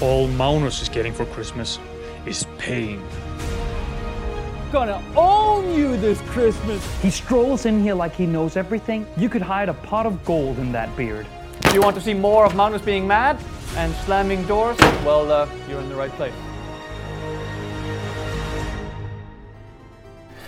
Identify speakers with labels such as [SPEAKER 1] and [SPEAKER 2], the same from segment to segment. [SPEAKER 1] all Maunus is getting for Christmas is pain.
[SPEAKER 2] Gonna own you this Christmas.
[SPEAKER 3] He strolls in here like he knows everything. You could hide a pot of gold in that beard.
[SPEAKER 2] If you want to see more of Magnus being mad and slamming doors, well, uh, you're in the right place.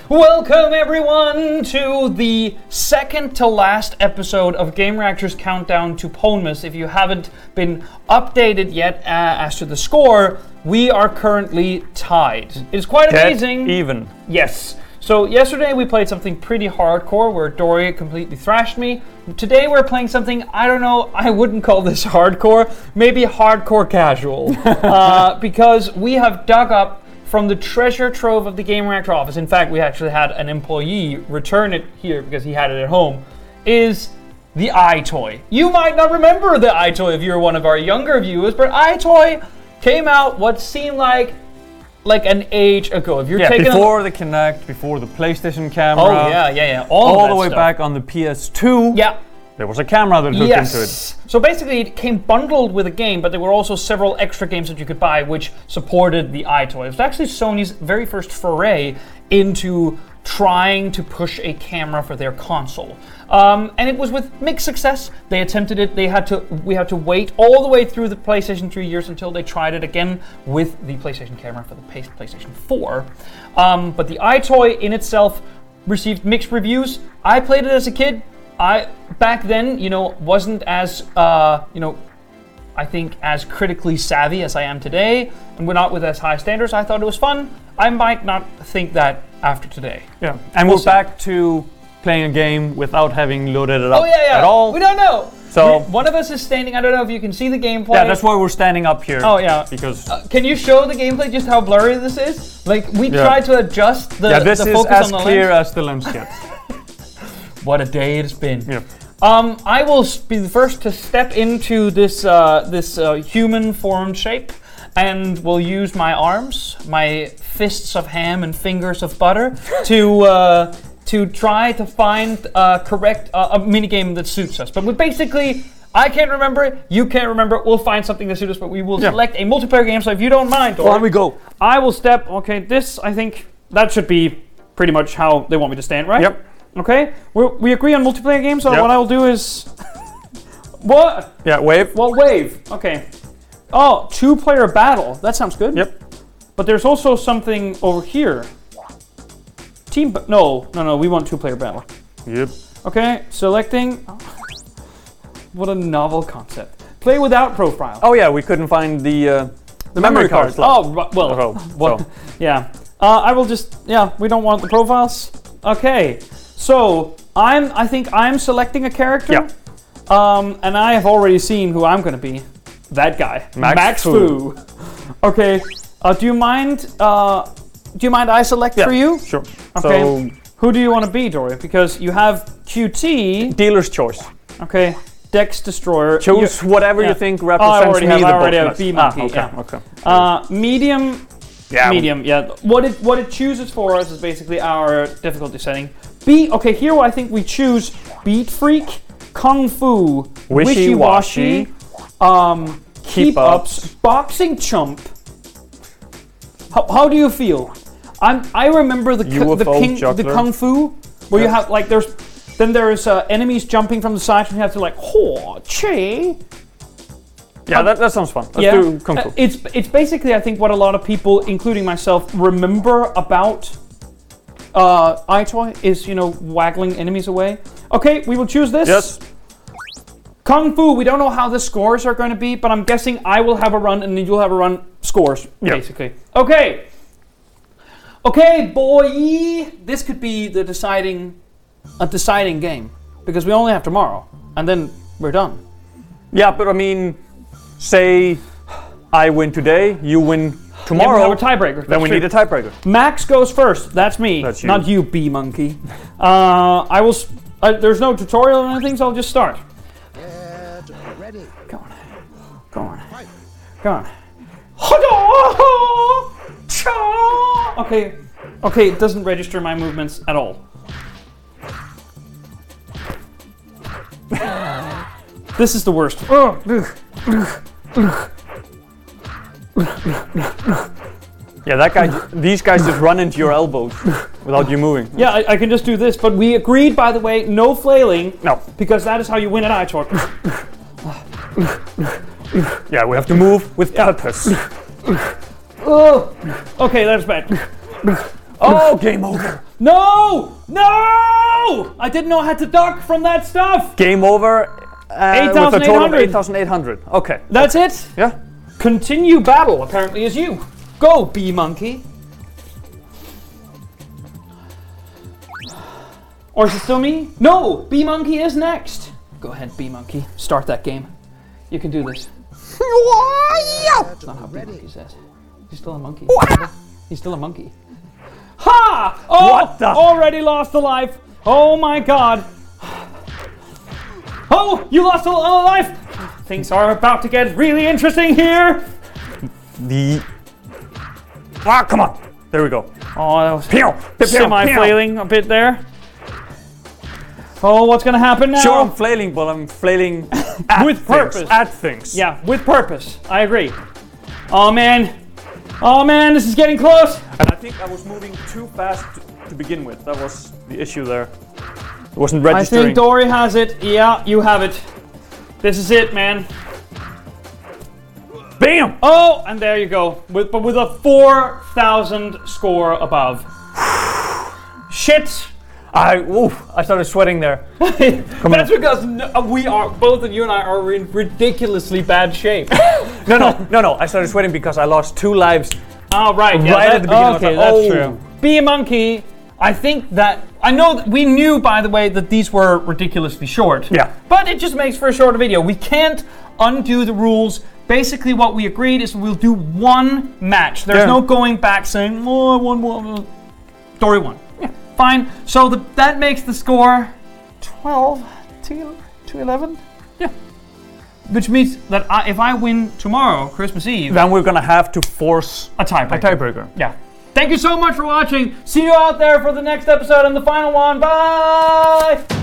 [SPEAKER 2] Welcome everyone to the second to last episode of Game Reactor's Countdown to Ponmus. If you haven't been updated yet uh, as to the score, we are currently tied. It's quite amazing.
[SPEAKER 1] Even.
[SPEAKER 2] Yes. So yesterday we played something pretty hardcore where Doria completely thrashed me. Today we're playing something I don't know. I wouldn't call this hardcore. Maybe hardcore casual, uh, because we have dug up from the treasure trove of the Game Reactor office. In fact, we actually had an employee return it here because he had it at home. Is the iToy. You might not remember the iToy if you're one of our younger viewers, but iToy came out what seemed like like an age ago. If you're
[SPEAKER 4] Yeah,
[SPEAKER 2] taking a-
[SPEAKER 4] before the Kinect, before the PlayStation camera.
[SPEAKER 2] Oh yeah, yeah, yeah. All,
[SPEAKER 4] All
[SPEAKER 2] of
[SPEAKER 4] the
[SPEAKER 2] that
[SPEAKER 4] way
[SPEAKER 2] stuff.
[SPEAKER 4] back on the PS2.
[SPEAKER 2] Yeah.
[SPEAKER 4] There was a camera that hooked into it.
[SPEAKER 2] Yes. So basically, it came bundled with a game, but there were also several extra games that you could buy which supported the iToy. It was actually Sony's very first foray into trying to push a camera for their console. Um, and it was with mixed success. They attempted it. They had to. We had to wait all the way through the PlayStation 3 years until they tried it again with the PlayStation camera for the P- PlayStation 4. Um, but the iToy in itself received mixed reviews. I played it as a kid. I back then, you know, wasn't as uh, you know, I think as critically savvy as I am today, and we're not with as high standards. I thought it was fun. I might not think that after today.
[SPEAKER 4] Yeah. And
[SPEAKER 2] We'll
[SPEAKER 4] we're
[SPEAKER 2] see.
[SPEAKER 4] back to playing a game without having loaded it up
[SPEAKER 2] Oh yeah, yeah.
[SPEAKER 4] at all.
[SPEAKER 2] We don't know.
[SPEAKER 4] So-
[SPEAKER 2] We- one of us is standing. I don't know if you can see the gameplay.
[SPEAKER 4] yeah, that's why we're standing up here.
[SPEAKER 2] Oh, yeah.
[SPEAKER 4] Because
[SPEAKER 2] Can you show the gameplay just how blurry this is? Like we
[SPEAKER 4] Yeah.
[SPEAKER 2] tried to adjust the
[SPEAKER 4] yeah, this
[SPEAKER 2] the
[SPEAKER 4] is
[SPEAKER 2] focus
[SPEAKER 4] as
[SPEAKER 2] on the
[SPEAKER 4] clear
[SPEAKER 2] lens.
[SPEAKER 4] as the lens gets.
[SPEAKER 2] What a day it's been.
[SPEAKER 4] yeah.
[SPEAKER 2] Um, I will s- be the first to step into this uh, this uh, human form shape, and will use my arms, my fists of ham and fingers of butter, to uh, to try to find uh, correct uh, a minigame that suits us. But we basically. I can't remember it. You can't remember it. We'll find something that suits us, but we will
[SPEAKER 4] Yeah.
[SPEAKER 2] select a multiplayer game. So if you don't mind, or
[SPEAKER 4] On we go.
[SPEAKER 2] I will step. Okay, this I think that should be pretty much how they want me to stand, right?
[SPEAKER 4] Yep.
[SPEAKER 2] Okay. We we agree on multiplayer games. So
[SPEAKER 4] Yep.
[SPEAKER 2] what I will do is what?
[SPEAKER 4] Yeah, wave.
[SPEAKER 2] Well, wave. Okay. Oh, two-player battle. That sounds good.
[SPEAKER 4] Yep.
[SPEAKER 2] But there's also something over here. Team. ba- No, no, no. We want two-player battle.
[SPEAKER 4] Yep.
[SPEAKER 2] Okay. Selecting. What a novel concept. Play without profile.
[SPEAKER 4] Oh yeah, we couldn't find the uh, the memory, card. slot.
[SPEAKER 2] Oh, ri- well,
[SPEAKER 4] Oh,
[SPEAKER 2] what?
[SPEAKER 4] so.
[SPEAKER 2] Yeah. Uh, I will just. Yeah, we don't want the profiles. Okay. So I'm. I think I'm selecting a character.
[SPEAKER 4] Yeah.
[SPEAKER 2] Um, and I have already seen who I'm gonna be. That guy.
[SPEAKER 4] Max
[SPEAKER 2] Fu. Okay. Uh, do you mind? Uh, do you mind I select
[SPEAKER 4] Yeah,
[SPEAKER 2] Oh, for you?
[SPEAKER 4] Sure.
[SPEAKER 2] Okay.
[SPEAKER 4] So
[SPEAKER 2] Who do you want to be, Dory? Because you have QT.
[SPEAKER 4] dealer's choice.
[SPEAKER 2] Okay. Dex Destroyer.
[SPEAKER 4] Choose
[SPEAKER 2] You-
[SPEAKER 4] whatever
[SPEAKER 2] yeah.
[SPEAKER 4] you think
[SPEAKER 2] Oh, I
[SPEAKER 4] represents
[SPEAKER 2] already
[SPEAKER 4] me
[SPEAKER 2] have-
[SPEAKER 4] the
[SPEAKER 2] I already have
[SPEAKER 4] best.
[SPEAKER 2] B
[SPEAKER 4] Ah,
[SPEAKER 2] monkey,
[SPEAKER 4] okay.
[SPEAKER 2] yeah.
[SPEAKER 4] Okay.
[SPEAKER 2] Uh, medium
[SPEAKER 4] Yeah. we-
[SPEAKER 2] medium, yeah. What it what it chooses for us is basically our difficulty setting. Beat. Okay, here I think we choose beat freak, kung fu, wishy washy, um, keep ups, boxing chump. How, how do you feel? I'm. I remember the cu- the
[SPEAKER 4] UFO
[SPEAKER 2] king the
[SPEAKER 4] juggler.
[SPEAKER 2] kung fu where you
[SPEAKER 4] Yeah.
[SPEAKER 2] have like there's. Then there's uh, enemies jumping from the sides, and you have to like, ho, che,
[SPEAKER 4] Yeah, that, that sounds fun. Let's do Kung Fu.
[SPEAKER 2] uh, it's it's basically I think what a lot of people, including myself, remember about uh, iToy is you know waggling enemies away. Okay, we will choose this.
[SPEAKER 4] yes.
[SPEAKER 2] Kung Fu. We don't know how the scores are going to be, but I'm guessing I will have a run and you'll have a run scores
[SPEAKER 4] Yeah.
[SPEAKER 2] basically. Okay. Okay, boy. This could be the deciding a deciding game because we only have tomorrow and then we're done.
[SPEAKER 4] Yeah, but I mean, say I win today, you win
[SPEAKER 2] Tomorrow
[SPEAKER 4] tomorrow.
[SPEAKER 2] we're tiebreaker.
[SPEAKER 4] then we
[SPEAKER 2] That's
[SPEAKER 4] need a tiebreaker.
[SPEAKER 2] Max goes first. That's me.
[SPEAKER 4] That's you.
[SPEAKER 2] Not you, bee monkey. Uh, I will. s I there's no tutorial or anything, so I'll just start.
[SPEAKER 5] Ready.
[SPEAKER 2] Go on. Go on. Go on. Hada! Cha! Okay. Okay, it doesn't register my movements at all. Oh, this is the worst. Ugh, ugh, ugh, ugh.
[SPEAKER 4] Yeah, that guy. these guys just run into your elbows without you moving.
[SPEAKER 2] Yeah, I, I can just do this, but we agreed, by the way, no flailing,
[SPEAKER 4] No.
[SPEAKER 2] because that is how you win at iTalk.
[SPEAKER 4] Yeah, we have to move with purpose.
[SPEAKER 2] Ugh. Okay, that's bad.
[SPEAKER 4] Oh, game over.
[SPEAKER 2] No! No! I didn't know how to duck from that stuff!
[SPEAKER 4] Game over. Uh, with a total of
[SPEAKER 2] 8,800.
[SPEAKER 4] 8,800. Okay.
[SPEAKER 2] That's it!
[SPEAKER 4] Yeah.
[SPEAKER 2] Continue battle, apparently, is you. Go, bee monkey. Or is it still me? No! Bee monkey is next! Go ahead, bee monkey. Start that game. You can do this. That's not how bee monkey says. He's still a monkey. He's still a monkey. Ha! Oh!
[SPEAKER 4] What the-
[SPEAKER 2] Already lost a life! Oh my god! Oh! You lost a a life! Things are about to get really interesting here!
[SPEAKER 4] The. Ah, come on. There we go.
[SPEAKER 2] Oh, that was
[SPEAKER 4] Pew, pew,
[SPEAKER 2] semi flailing a bit there. Oh, what's gonna happen now?
[SPEAKER 4] Sure, I'm flailing, but I'm flailing at
[SPEAKER 2] With
[SPEAKER 4] things,
[SPEAKER 2] purpose.
[SPEAKER 4] At things.
[SPEAKER 2] Yeah, with purpose. I agree. Oh man. Oh man, this is getting close.
[SPEAKER 4] And I think I was moving too fast to, to begin with. That was the issue there. It wasn't
[SPEAKER 2] I
[SPEAKER 4] registering.
[SPEAKER 2] think Dory has it. Yeah, you have it. This is it, man.
[SPEAKER 4] Bam!
[SPEAKER 2] Oh, and there you go. With, but with a 4,000 score above. Shit.
[SPEAKER 4] I oof, I started sweating there.
[SPEAKER 2] That's because n- uh, we are, both of you and I are in ridiculously bad shape.
[SPEAKER 4] No, no, no, no. I started sweating because I lost two lives.
[SPEAKER 2] Oh, right. yeah,
[SPEAKER 4] Right at
[SPEAKER 2] that-
[SPEAKER 4] the beginning, I was like,
[SPEAKER 2] Okay, that's
[SPEAKER 4] "Oh."
[SPEAKER 2] true. Be a monkey. I think that I know that we knew, by the way, that these were ridiculously short.
[SPEAKER 4] Yeah.
[SPEAKER 2] But it just makes for a shorter video. We can't undo the rules. Basically, what we agreed is we'll do one match. There's
[SPEAKER 4] Yeah.
[SPEAKER 2] no going back saying, "Oh, I won one." Dory won. Yeah. Fine. So the, that makes the score twelve to to eleven. Yeah. Which means that I, if I win tomorrow, Christmas Eve,
[SPEAKER 4] Then we're gonna have to force
[SPEAKER 2] a tiebreaker.
[SPEAKER 4] a tiebreaker.
[SPEAKER 2] Yeah. Thank you so much for watching. See you out there for the next episode and the final one. Bye.